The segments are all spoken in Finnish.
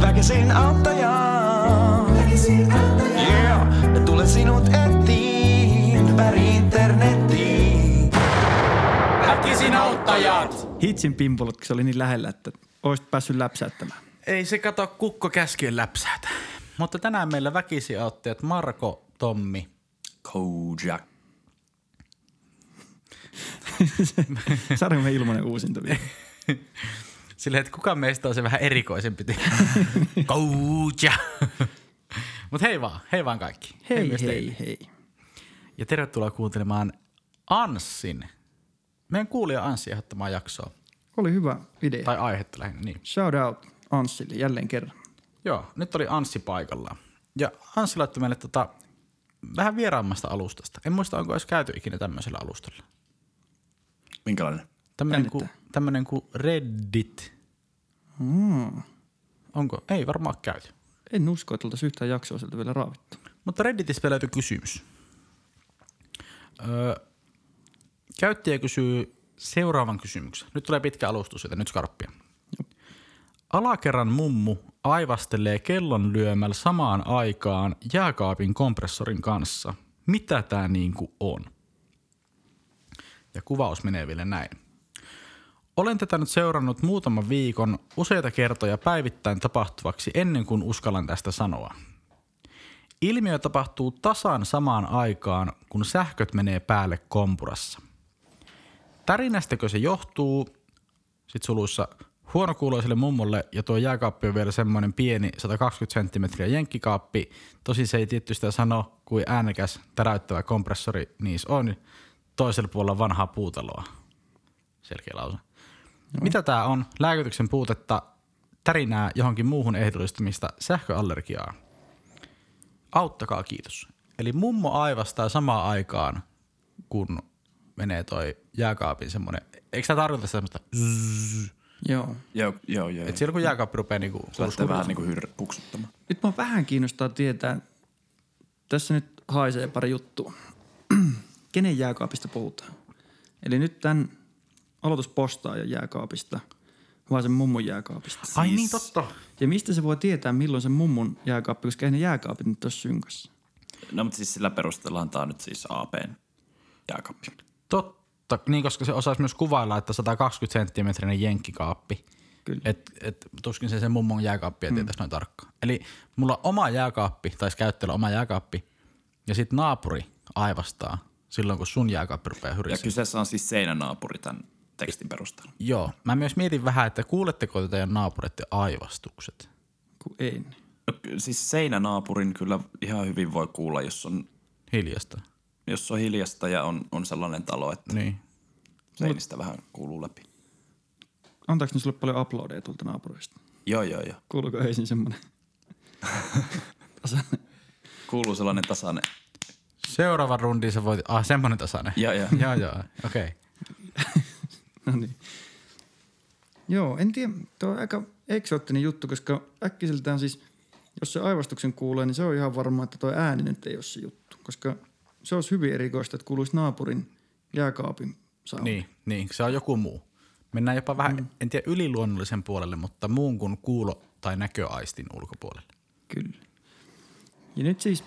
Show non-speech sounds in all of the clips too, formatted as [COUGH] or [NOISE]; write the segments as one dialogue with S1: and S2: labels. S1: väkisin auttajaan. Yeah, ja tulen sinut etsiin ympäri internettiin.
S2: Väkisin auttajat!
S3: Hitsin pimpulut, kun se oli niin lähellä, että olisit päässyt [LAUGHS] läpsäyttämään.
S2: Ei se kato kukko käskien läpsätä. Mutta tänään meillä väkisin auttajat Marko, Tommi.
S1: Kojak.
S3: Saadaanko me ilmanen uusinta vielä?
S2: Silleen, että kuka meistä on se vähän erikoisempi tyyppi. Kouja! Mut hei vaan, hei vaan kaikki.
S3: Hei,
S2: myös teille.
S3: hei, hei.
S2: Ja tervetuloa kuuntelemaan Anssin, meidän kuulija Anssi ehdottamaa jaksoa.
S3: Oli hyvä idea.
S2: Tai aihetta lähinnä, niin.
S3: Shout out Anssille jälleen kerran.
S2: Joo, nyt oli Anssi paikalla. Ja Anssi laittoi meille tota, vähän vieraammasta alustasta. En muista, onko edes käyty ikinä tämmöisellä alustalla.
S1: Minkälainen?
S2: Tämmöinen kuin,
S3: Jännittää.
S2: tämmönen kuin Reddit. Hmm. Onko? Ei varmaan ole käyty.
S3: Mm. En usko, että oltaisiin yhtään jaksoa sieltä vielä raavittu.
S2: Mutta Redditistä löytyy kysymys. Öö, käyttäjä kysyy seuraavan kysymyksen. Nyt tulee pitkä alustus, joten nyt skarppia. Alakerran mummu aivastelee kellon lyömällä samaan aikaan jääkaapin kompressorin kanssa. Mitä tämä niinku on? Ja kuvaus menee vielä näin. Olen tätä nyt seurannut muutaman viikon useita kertoja päivittäin tapahtuvaksi ennen kuin uskallan tästä sanoa. Ilmiö tapahtuu tasan samaan aikaan, kun sähköt menee päälle kompurassa. Tärinästäkö se johtuu, sit suluissa huonokuuloiselle mummolle, ja tuo jääkaappi on vielä semmoinen pieni 120 senttimetriä jenkkikaappi, tosin se ei tietysti sitä sano, kuin äänekäs täräyttävä kompressori niissä on, toisella puolella vanhaa puutaloa. Selkeä lause. Mitä tämä on? Lääkityksen puutetta, tärinää johonkin muuhun ehdollistumista, sähköallergiaa. Auttakaa, kiitos. Eli mummo aivastaa samaan aikaan, kun menee toi jääkaapin semmoinen... Eikö tämä tarkoita semmoista... Zzz,
S3: Joo.
S1: Joo, joo, joo.
S2: että silloin kun jääkaappi rupeaa niinku...
S1: Lähtee vähän niinku hyrrä puksuttamaan.
S3: Nyt mua vähän kiinnostaa tietää, tässä nyt haisee pari juttua. [CLEARS THROAT] Kenen jääkaapista puhutaan? Eli nyt tämän aloituspostaajan jääkaapista, vai sen mummun jääkaapista?
S2: Ai niin, totta.
S3: Ja mistä se voi tietää, milloin se mummun jääkaappi, koska ei ne jääkaapit nyt ole synkassa?
S1: No mutta siis sillä perusteellaan tää on nyt siis APn jääkaappi.
S2: Totta, niin koska se osaisi myös kuvailla, että 120 senttimetrinen jenkkikaappi.
S3: Kyllä.
S2: Et, et, tuskin se sen mummon jääkaappia mm. tietäisi noin tarkkaan. Eli mulla on oma jääkaappi, tai siis käyttäjällä oma jääkaappi, ja sitten naapuri aivastaa silloin, kun sun jääkaappi rupeaa
S1: Ja
S2: hyrisemään.
S1: kyseessä on siis seinänaapuri tämän tekstin perusteella.
S2: Joo. Mä myös mietin vähän, että kuuletteko te teidän naapureiden aivastukset?
S3: Kun ei. niin.
S1: No, ky- siis seinänaapurin kyllä ihan hyvin voi kuulla, jos on,
S2: Hiljasta.
S1: jos on hiljasta ja on, on sellainen talo, että
S2: Niin.
S1: seinistä vähän kuuluu läpi.
S3: Antaako ne sulle paljon uploadeja tuolta naapureista?
S1: Joo, joo, joo.
S3: Kuuluuko öisin semmoinen?
S1: Kuuluu sellainen tasainen.
S2: Seuraava rundi sä voit... Ah, semmonen tasainen.
S1: Joo, joo.
S2: joo, joo. Okei. Okay.
S3: no niin. Joo, en tiedä. Tuo on aika eksoottinen juttu, koska äkkiseltään siis, jos se aivastuksen kuulee, niin se on ihan varma, että tuo ääni nyt ei ole se juttu. Koska se olisi hyvin erikoista, että kuuluisi naapurin jääkaapin sauna.
S2: Niin, niin, se on joku muu. Mennään jopa vähän, mm. en tiedä yliluonnollisen puolelle, mutta muun kuin kuulo- tai näköaistin ulkopuolelle.
S3: Kyllä. Ja nyt siis,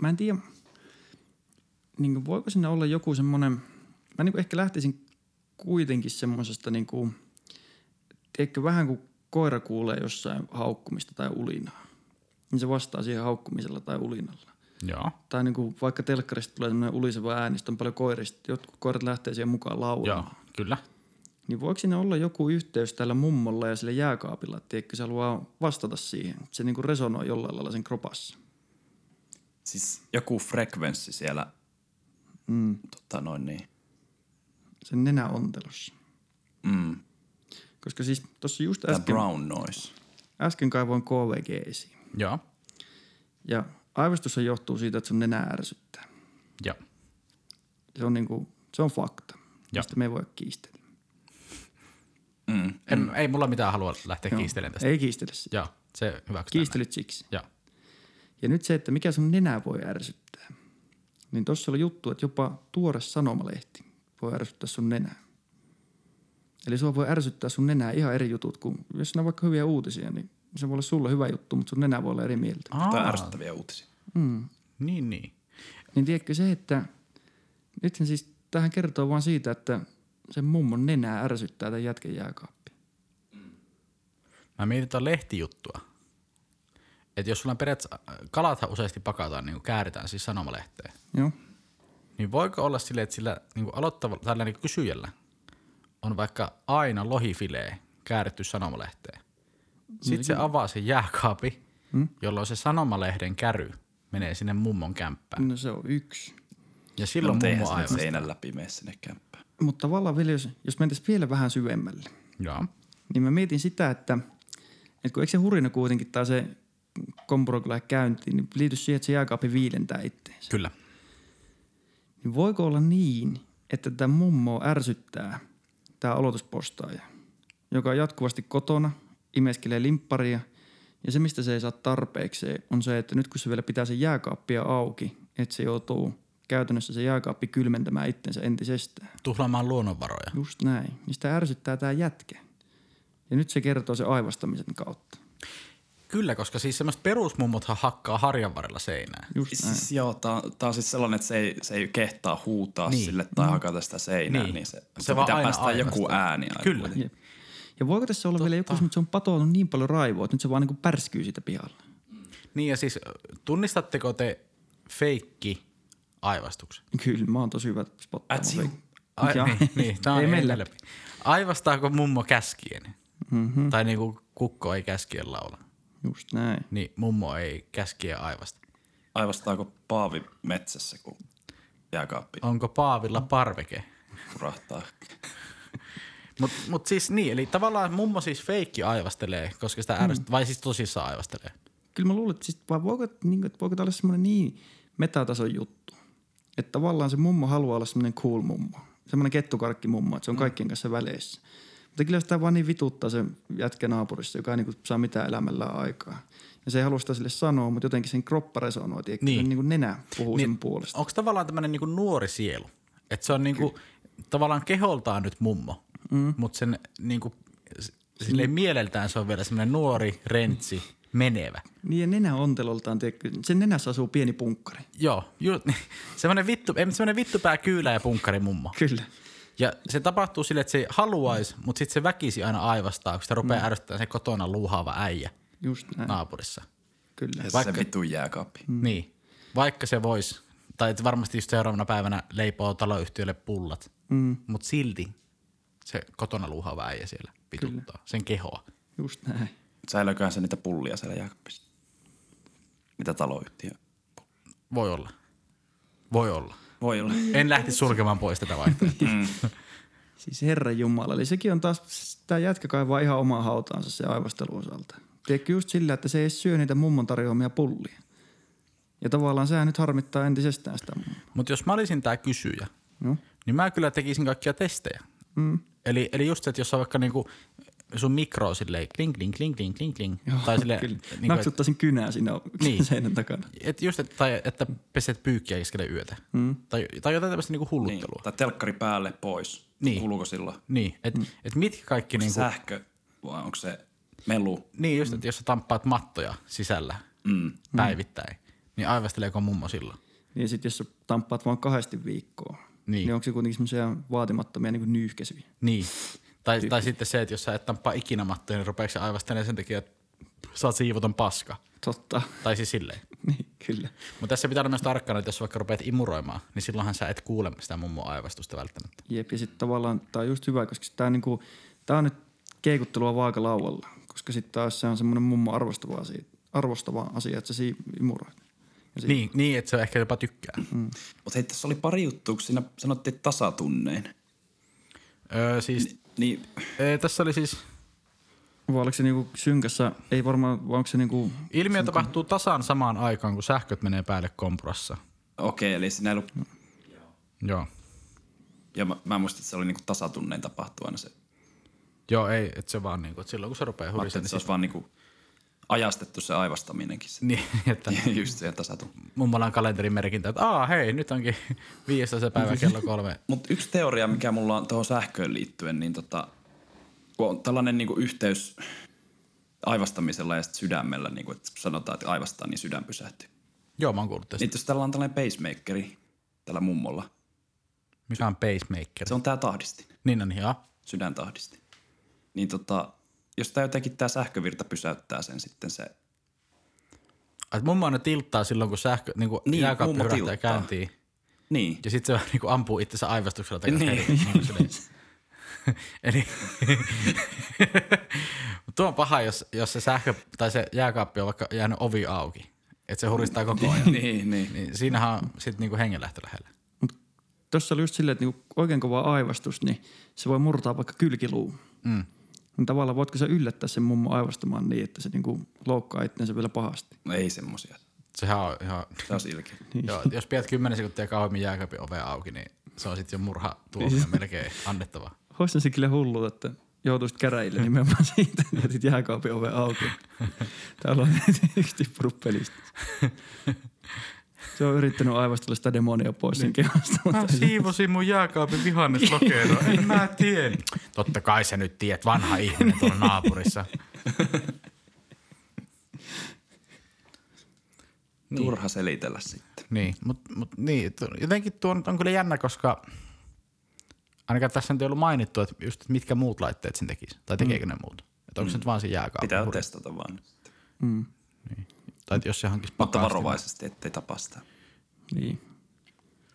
S3: mä en tiedä, niin kuin voiko siinä olla joku semmoinen, mä niin kuin ehkä lähtisin kuitenkin semmoisesta niin kuin, tiedätkö, vähän kuin koira kuulee jossain haukkumista tai ulinaa, niin se vastaa siihen haukkumisella tai ulinalla.
S2: Joo.
S3: Tai niin kuin vaikka telkkarista tulee semmoinen uliseva ääni, sit on paljon koirista, jotkut koirat lähtee siihen mukaan
S2: Joo,
S3: laulamaan.
S2: kyllä.
S3: Niin voiko siinä olla joku yhteys tällä mummolla ja sillä jääkaapilla, että tiedätkö, se haluaa vastata siihen. Se niin kuin resonoi jollain lailla sen kropassa.
S1: Siis joku frekvenssi siellä, mm. tota noin niin.
S3: sen nenäontelossa.
S1: Mm.
S3: Koska siis tuossa just
S1: Tämä
S3: äsken,
S1: brown noise.
S3: äsken kaivoin KVG esiin.
S2: Joo.
S3: Ja aivastus johtuu siitä, että sun nenä ärsyttää.
S2: Joo.
S3: Se on, niinku, se on fakta,
S2: Ja.
S3: josta me ei voi kiistellä.
S2: En, mm. Ei mulla mitään halua lähteä
S3: Joo.
S2: kiistelemään tästä.
S3: Ei kiistele sitä.
S2: Joo, se hyväksytään.
S3: Kiistelyt siksi.
S2: Joo.
S3: Ja nyt se, että mikä sun nenä voi ärsyttää. Niin tossa oli juttu, että jopa tuore sanomalehti voi ärsyttää sun nenää. Eli sua voi ärsyttää sun nenää ihan eri jutut kuin, jos ne on vaikka hyviä uutisia, niin se voi olla sulle hyvä juttu, mutta sun nenä voi olla eri mieltä.
S1: Tämä on
S2: Aa,
S1: ärsyttäviä uutisia.
S3: Mm.
S2: niin, niin.
S3: Niin tiedätkö se, että nythän siis tähän kertoo vaan siitä, että sen mummon nenää ärsyttää tämän jätkän jääkaappi.
S2: Mä mietin tuota lehtijuttua. Että jos sulla on periaatteessa, kalathan useasti pakataan, niin kuin kääritään siis sanomalehteen.
S3: Joo.
S2: Niin voiko olla silleen, että sillä niin kuin aloittavalla, tällä niin kysyjällä on vaikka aina lohifilee kääritty sanomalehteen. Sitten
S1: Mm.
S2: se avaa sen jääkaapi, hmm? jolloin se sanomalehden käry menee sinne mummon kämppään.
S3: No se on yksi.
S2: Ja
S1: No,
S2: silloin
S1: mutta
S2: no,
S1: eihän
S2: mummo
S1: sinne
S2: aivan.
S1: seinän läpi mene sinne kämppään.
S3: Mutta tavallaan vielä, jos, jos mentäisiin vielä vähän syvemmälle,
S2: Joo.
S3: niin mä mietin sitä, että, että kun eikö se hurina kuitenkin tai se kompuro kyllä käyntiin, niin liity siihen, että se jääkaappi viilentää itteensä.
S2: Kyllä.
S3: Niin voiko olla niin, että tämä mummo ärsyttää tämä aloituspostaaja, joka on jatkuvasti kotona, imeskelee limpparia ja se, mistä se ei saa tarpeeksi, on se, että nyt kun se vielä pitää sen jääkaappia auki, että se joutuu käytännössä se jääkaappi kylmentämään itsensä entisestään.
S2: Tuhlaamaan luonnonvaroja.
S3: Just näin. Niin sitä ärsyttää tämä jätkä. Ja nyt se kertoo se aivastamisen kautta.
S2: Kyllä, koska siis semmoiset perusmummothan hakkaa harjan varrella seinää.
S3: Just näin.
S1: Siis, joo, tää, tää on siis sellainen, että se ei, se ei kehtaa huutaa
S2: Niin.
S1: niin. sille tai hakata sitä seinää, niin,
S2: Niin.
S1: niin se,
S2: Se
S1: se,
S2: vaan
S1: pitää
S2: aina
S1: päästä joku
S2: aivastaa.
S1: ääni aina.
S2: Kyllä.
S1: kuitenkin.
S3: Jep. Ja voiko tässä olla vielä joku, mutta se on patonut niin paljon raivoa, että nyt se vaan niin pärskyy siitä pihalla.
S2: Niin ja siis tunnistatteko te feikki aivastuksen?
S3: [LAUGHS] Kyllä, mä oon tosi hyvä spottaamaan.
S1: Ätsiu.
S3: kaikki.
S2: Ai,
S3: Jaa.
S2: niin, niin, [LAUGHS] tää on
S3: Ei
S2: ei
S3: meillä.
S2: läpi. Aivastaako mummo käskien? Mm-hmm. Tai niinku kukko ei käskien laula.
S3: Just näin.
S2: Niin mummo ei käskien aivasta.
S1: Aivastaako Paavi metsässä, kun jääkaappi
S2: Onko Paavilla parveke?
S1: purahtaa?
S2: Mutta mut siis niin, eli tavallaan mummo siis feikki aivastelee, koska sitä ärsyttää, vai siis tosissaan aivastelee.
S3: Kyllä mä luulen, että, siis, vai voiko, niin, että voiko tämä olla semmoinen niin metatason juttu, että tavallaan se mummo haluaa olla semmoinen cool mummo, semmoinen kettukarkki mummo, että se on kaikkien kanssa väleissä. Mutta kyllä sitä vaan niin vituttaa se jätkä naapurissa, joka ei niin saa mitään elämällään aikaa. Ja se ei halua sitä sille sanoa, mutta jotenkin sen kroppa resonoi, tiedätkö?
S2: Niin.
S3: Niin. niin kuin nenä puhuu niin. sen puolesta.
S2: Onko tavallaan tämmöinen niinku nuori sielu? Että se on niinku, tavallaan keholtaan nyt mummo, mm. Niin. mutta sen niinku, s- silleen mieleltään se on vielä semmoinen nuori, rentsi, menevä.
S3: Niin ja nenä onteloltaan, tiedätkö? Sen nenässä asuu pieni punkkari.
S2: Joo, [LAUGHS] ju, semmoinen, vittu, ei, mutta semmoinen vittupää kyylä ja punkkari mummo.
S3: Kyllä.
S2: Ja se tapahtuu silleen, että se haluaisi, mutta sitten se väkisi aina aivastaa, kun sitä rupeaa mm. ärsyttämään se kotona luuhaava äijä
S3: Just näin. No.
S2: naapurissa.
S3: Kyllä.
S1: Ja
S2: Vaikka-
S1: se vitun jääkaappi.
S2: Mm. Niin, vaikka se voisi, tai että varmasti just seuraavana päivänä leipoo taloyhtiölle pullat, mm. mutta silti se kotona luuhaava äijä siellä pituttaa sen kehoa.
S3: Just näin.
S1: Säilököhän se niitä pullia siellä jääkaapissa? Mitä taloyhtiö?
S2: Voi olla. Voi olla.
S1: Voi olla.
S2: En lähti sulkemaan pois tätä vaihtoehtoa.
S3: Siis Herra Jumala, eli sekin on taas, tämä jätkä kaivaa ihan omaa hautaansa se aivastelun osalta. Tiedätkö just sillä, että se ei edes syö niitä mummon tarjoamia pullia. Ja tavallaan sehän nyt harmittaa entisestään sitä mummoa.
S2: mutta jos mä olisin tämä kysyjä,
S3: No.
S2: niin mä kyllä tekisin kaikkia testejä. Mm. Eli, eli just se, että jos on vaikka niinku sun mikro silleen kling, kling, kling, kling, kling, kling. tai silleen,
S3: Kyllä.
S2: niinku,
S3: Niin Naksuttaisin kynää siinä
S2: Niin.
S3: niin. [LAUGHS] seinän takana.
S2: et, et just, et, tai että peset pyykkiä keskellä yötä. Mm. Tai, tai jotain tämmöistä niinku
S1: Niin.
S2: hulluttelua.
S1: Tai telkkari päälle pois.
S2: Niin.
S1: Kuuluuko sillä
S2: Niin, että mm. et mitkä kaikki
S1: niin
S2: niinku, Sä...
S1: sähkö vai onko se melu?
S2: niin just, että jos sä tamppaat mattoja sisällä mm. päivittäin, niin aivasteleeko mummo silloin?
S3: Niin sitten jos sä tamppaat vaan kahdesti viikkoa,
S2: Niin.
S3: niin, niin onko se kuitenkin semmoisia vaatimattomia niin nyyhkäisyjä?
S2: Niin. Tai, tai sitten se, että jos sä et tamppaa ikinä mattoja, niin rupeeko se aivastelemaan sen takia, että sä oot siivoton paska.
S3: Totta. [LAUGHS]
S2: Tai siis silleen.
S3: niin, kyllä.
S2: Mutta tässä pitää olla myös tarkkana, että jos vaikka rupeat imuroimaan, niin silloinhan sä et kuule sitä mummo aivastusta välttämättä.
S3: Jep, ja sitten tavallaan tämä on just hyvä, koska tämä niinku, tää on nyt keikuttelua vaakalaudalla, koska sitten taas se on semmoinen mummo arvostava asia, arvostava asia että se imuroit.
S2: Niin, niin, että se ehkä jopa tykkää. Mm.
S1: Mutta hei, tässä oli pari juttua, kun siinä sanottiin että tasatunnein.
S2: Öö, siis,
S1: Niin,
S2: öö, tässä oli siis,
S3: Vai oliko se niinku synkässä, ei varmaan, vai onko se niinku,
S2: ilmiö tapahtuu tasan samaan aikaan, kun sähköt menee päälle kompurassa.
S1: okei, eli siinä ei ollut,
S2: Joo.
S1: ja mä, mä muistin, että se oli niinku tasatunnein tapahtuu aina se.
S2: Joo, ei, että se vaan niinku, että silloin kun se rupeaa
S1: Mä ajattelin,
S2: hurisemaan,
S1: että se olisi vaan niinku ajastettu se aivastaminenkin. Se. [LAUGHS]
S2: niin, [LAUGHS] niin, että
S1: Just siihen tasatunnein.
S2: mummalla on kalenterin merkintä, että aa hei, nyt onkin [LAUGHS] 15. päivä kello kolme.
S1: Mutta yksi teoria, mikä mulla on tuohon sähköön liittyen, niin tota, kun on tällainen niinku yhteys aivastamisella ja sit sydämellä, niin kuin, että kun sanotaan, että aivastaa, niin sydän pysähtyy.
S2: Joo, mä oon kuullut tästä.
S1: Niin, jos tällä on tällainen pacemakeri, tällä mummolla,
S2: Mikä on pacemaker?
S1: se on tämä tahdisti,
S2: Niin on, joo.
S1: sydäntahdisti. Niin tota, jos tämä jotenkin tämä sähkövirta pysäyttää sen sitten se,
S2: Et mummo aina tilttaa silloin, kun sähkö, niin kuin niin,
S1: Niin,
S2: jääkaappi
S1: mummo
S2: räjähtää
S1: tilttaa.
S2: käyntiin.
S1: niin,
S2: Ja sitten se [LAUGHS] vähän niin kuin ampuu itsensä aivastuksella takaisin.
S1: Niin.
S2: Niin. silleen. [LAUGHS] Eli Mut tuo on paha, jos, jos se sähkö tai se jääkaappi on vaikka jäänyt ovi auki. Että se huristaa koko
S1: [LAUGHS] [LAUGHS]
S2: ajan.
S1: niin, niin.
S2: Niin siinähän on sitten niinku hengenlähtö lähellä.
S3: Tuossa oli just silleen, että niinku oikein kova aivastus, niin se voi murtaa vaikka kylkiluun.
S2: Mm.
S3: Niin tavallaan voitko sä yllättää sen mummo aivastumaan niin, että se niinku loukkaa itseänsä vielä pahasti.
S1: No ei semmosia.
S2: Sehän on ihan...
S1: Tämä on ilkeä.
S2: Joo, jos pidät 10 sekuntia kauemmin jääkaapin ovea auki, niin se on sitten jo murha tuomio
S1: Niin.
S2: melkein annettava.
S3: Hoistan se kyllä hullu, että joutuisit käräjille nimenomaan [LAUGHS] siitä, että jätit jääkaapin oven auki. Täällä on [LAUGHS] yksi tippunut pelistä. Se on yrittänyt aivastella sitä demonia pois sen kehosta, mutta
S2: Ah, siivosin mun jääkaapin vihanneslokero, en mä tien. Totta kai sä nyt tiedät, vanha ihminen tuolla naapurissa.
S1: Turha selitellä sitten.
S2: Niin, mutta mut, niin, tu- jotenkin tuo nyt on kyllä jännä, koska ainakaan tässä nyt ei ollut mainittu, että just, että mitkä muut laitteet sen tekisi, tai tekeekö ne muut. Että onko se nyt vaan se jääkaappi.
S1: Pitää
S2: Hur-
S1: testata vaan.
S2: Tai että jos se hankisi
S1: Mutta
S2: pakastin.
S1: varovaisesti, ettei tapa sitä.
S3: niin.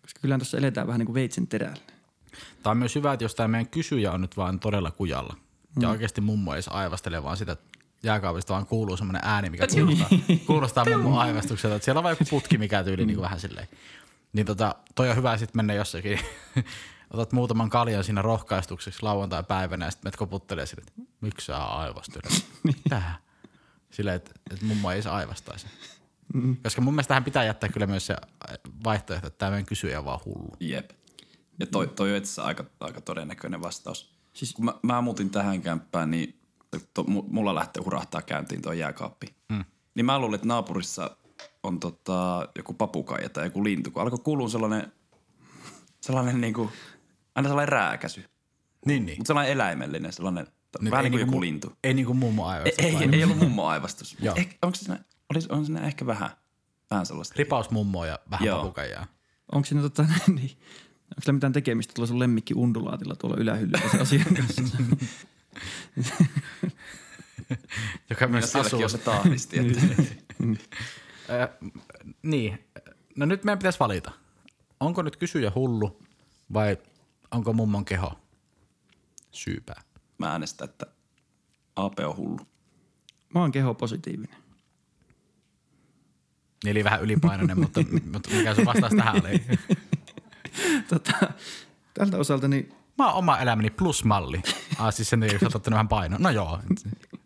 S3: Koska kyllähän tuossa eletään vähän niin kuin veitsen terällä.
S2: Tämä on myös hyvä, että jos tämä meidän kysyjä on nyt vaan todella kujalla. Mm. Ja oikeasti mummo ei edes aivastele, vaan sitä jääkaapista vaan kuuluu semmoinen ääni, mikä kuulostaa, kuulostaa mummo aivastukselta. Että siellä on vaan joku putki, mikä tyyli niin kuin vähän silleen. Niin tota, toi on hyvä sitten mennä jossakin. [LAUGHS] Otat muutaman kaljan siinä rohkaistukseksi lauantai-päivänä ja sitten menet koputtelee sille, että miksi sä [LAUGHS] aivastelet? Tähän. Silleen, että, että mummo ei edes aivastaisi. Mm. Koska mun mielestä tähän pitää jättää kyllä myös se vaihtoehto, että tämä meidän kysyjä on vaan hullu.
S1: Jep. Ja toi, toi on itse asiassa aika, aika todennäköinen vastaus.
S3: Siis-
S1: Mm. Siis... Kun mä, mä muutin tähän kämppään, niin to, mu- mulla lähtee hurahtaa käyntiin toi jääkaappi. Mm. Niin mä luulin, että naapurissa on tota, joku papukaija tai joku lintu, kun alkoi kuulua sellainen, sellainen niinku, aina sellainen rääkäsy.
S2: Niin, niin.
S1: Mutta sellainen eläimellinen, sellainen,
S2: Nyt
S1: Nyt vähän
S2: ei
S1: niin kuin
S2: niinku
S1: joku
S2: mu-
S1: lintu.
S2: Ei niinku mummo aivan.
S1: Ei, ei, ei ollut mummo aivastus.
S2: Joo.
S1: Eh, onko siinä, olisi, on siinä ehkä vähän, vähän sellaista.
S2: Ripaus mummoa ja vähän Joo.
S1: Joo.
S2: papukaijaa.
S3: Onko siinä tota, [LAUGHS] niin, onko sillä mitään tekemistä tuolla sun lemmikki undulaatilla tuolla ylähyllyllä se asian kanssa?
S2: Joka
S1: Ja
S2: myös asuu.
S1: sielläkin on se tahdisti. Että...
S2: Äh, niin. No nyt meidän pitäisi valita. Onko nyt kysyjä hullu vai onko mummon keho syypää?
S1: mä äänestän, että AP on hullu.
S3: Mä oon keho positiivinen.
S2: Niin, Eli vähän [LAUGHS] ylipainoinen, mutta, mutta mikä sun vastaus tähän oli?
S3: Tota, tältä osalta niin
S2: Mä oon oma elämäni plusmalli. Ah, siis sen takia, kun sä oot ottanut vähän painoa. No joo.
S3: no,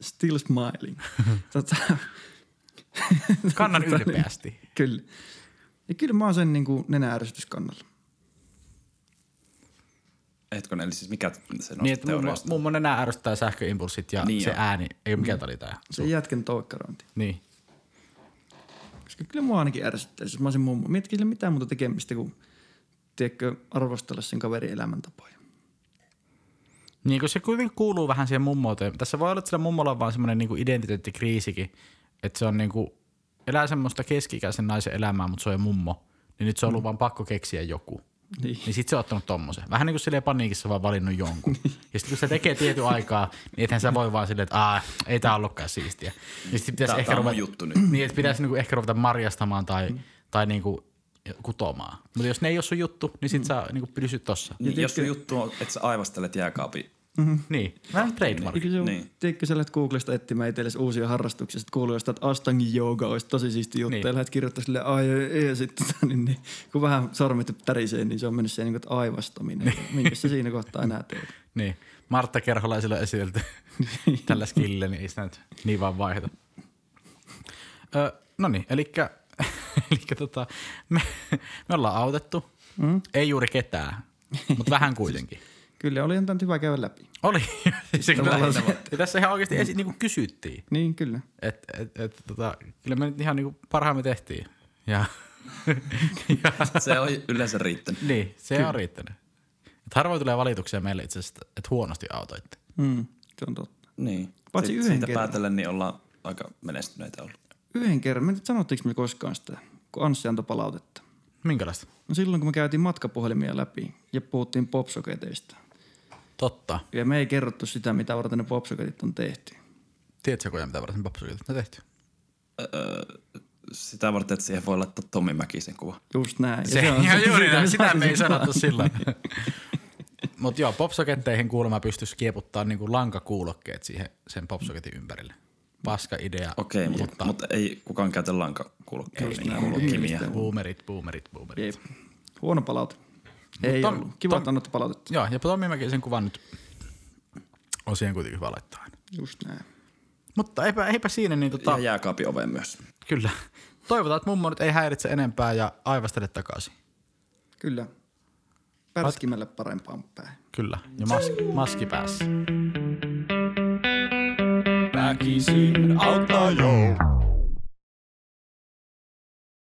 S3: still smiling. Tota, [LAUGHS]
S2: Kannan ylpeästi.
S3: Kyllä. Ja kyllä mä oon sen niin kuin nenäärsytyskannalla.
S1: Hetkinen, eli siis mikä se
S2: Niin,
S1: nostaa
S2: että mummo,
S1: teoriasta?
S2: mummon enää ärsyttää sähköimpulssit ja niin
S1: Niin
S2: se
S1: joo.
S2: ääni. Ei, mikä tää oli tää?
S3: Se jätken toikkarointi.
S2: Niin.
S3: Koska kyllä mua ainakin ärsyttäisi, jos mä olisin mummo. Miettikö sillä mitään muuta tekemistä kuin, tiedätkö, arvostella sen kaverin elämäntapoja.
S2: Niin kun se kuitenkin kuuluu vähän siihen mummoteen. Tässä voi olla, että sillä mummolla on vaan semmoinen niinku identiteettikriisikin, että se on niinku, elää semmoista keski-ikäisen naisen elämää, mutta se on jo mummo. Niin nyt se
S1: Mm.
S2: on ollut vaan pakko keksiä joku.
S3: Niin.
S2: Niin sit se on ottanut tommosen. Vähän niin kuin silleen paniikissa vaan valinnut
S1: [LAUGHS]
S2: jonkun.
S1: Niin.
S2: ja sitten kun se tekee tietyn aikaa, niin ethän sä voi vaan silleen, että aah, ei tää ollutkaan siistiä. Ja sit pitäisi
S1: Tää-
S2: ehkä
S1: tää on mun
S2: ruveta,
S1: juttu nyt. Mm.
S2: Niin, että pitäisi niinku ehkä ruveta marjastamaan tai, tai niinku kutomaan. Mutta jos ne ei ole sun juttu, niin
S1: Mm.
S2: sit sä niinku pysyt tossa.
S1: Niin, jos sun juttu on, että sä aivastelet jääkaapi,
S2: Niin, vähän trademark.
S3: Eikö se niin.
S1: Niin.
S3: Tiedätkö, sä lähdet Googlesta etsimään itsellesi uusia harrastuksia, sit kuuluu jostain, että astangin jooga olisi tosi siisti juttu,
S2: Niin.
S3: niin. ja lähdet kirjoittamaan sille ai, ai, ai, ja sitten tota, niin, niin, kun vähän sormet tärisee, niin se on mennyt se niin kuin, että aivastaminen. Minkä se siinä kohtaa enää [LAUGHS] teet?
S2: Niin. Martta Kerholaisilla [LAUGHS] esitelty tällä skille, niin ei sitä nyt niin vaan vaihdeta. Öö, no niin, elikkä, [LAUGHS] elikkä tota, me, me ollaan autettu. Mm? Ei juuri ketään, mutta vähän kuitenkin.
S3: Kyllä, oli tämä nyt hyvä käydä läpi.
S2: Oli. [LAUGHS] Se kyllä,
S3: Tavallaan
S2: se, tässä ihan oikeasti esi, niin kuin kysyttiin.
S3: Niin, kyllä.
S2: Et, et, et, tota, kyllä me nyt ihan niin kuin parhaamme tehtiin. Ja, [LAUGHS] ja
S1: se
S3: [LAUGHS]
S1: on yleensä riittänyt.
S2: niin, se kyllä. on riittänyt. Et harvoin tulee valituksia meille itse asiassa, että huonosti autoitte.
S3: Mm, se on totta.
S1: Niin.
S3: Paitsi
S1: Siitä-
S3: yhden
S1: Siitä
S3: kerran.
S1: päätellen niin ollaan aika menestyneitä ollut.
S3: Yhden kerran, mä en tiedä, sanottiinko me koskaan sitä, kun Anssi antoi palautetta.
S2: Minkälaista?
S3: No silloin, kun me käytiin matkapuhelimia läpi ja puhuttiin popsoketeista.
S2: Totta.
S3: Ja me ei kerrottu sitä, mitä varten ne popsoketit on tehty.
S2: Tiedätkö koja, mitä varten papsukilit on tehty?
S1: Sitä varten, että siihen voi laittaa Tommi Mäkisen kuva.
S3: Just näin. Ja
S2: Se, se on [LAUGHS] ihan juuri näin. Sitä me ei
S3: se-
S2: sanottu [LAUGHS] silloin. Mutta joo, popsoketteihin kuulemma pystyisi kieputtaa niinku lankakuulokkeet siihen sen popsoketin ympärille. Paska idea.
S1: Okei, okay, mutta, mutta, ei kukaan käytä lankakulokkeita.
S3: Just näin.
S1: Kimiä.
S2: Boomerit, boomerit, boomerit.
S3: Jep. Huono palaute. Ei
S2: Tom-
S3: ollut. Kiva,
S2: Tom-
S3: että annatte palautetta.
S2: Joo, ja Tommi Mäkisen sen kuvan nyt on siihen kuitenkin hyvä laittaa aina.
S3: Just näin.
S2: Mutta eipä, eipä siinä, niin tota,
S1: Ja jääkaapin oven myös.
S2: kyllä. Toivotaan, että mummo nyt ei häiritse enempää ja aivastele takaisin.
S3: Kyllä. Pärskimälle parempaan päin.
S2: Kyllä, ja maski, maski päässä.
S4: Mäkisin auttaa joo.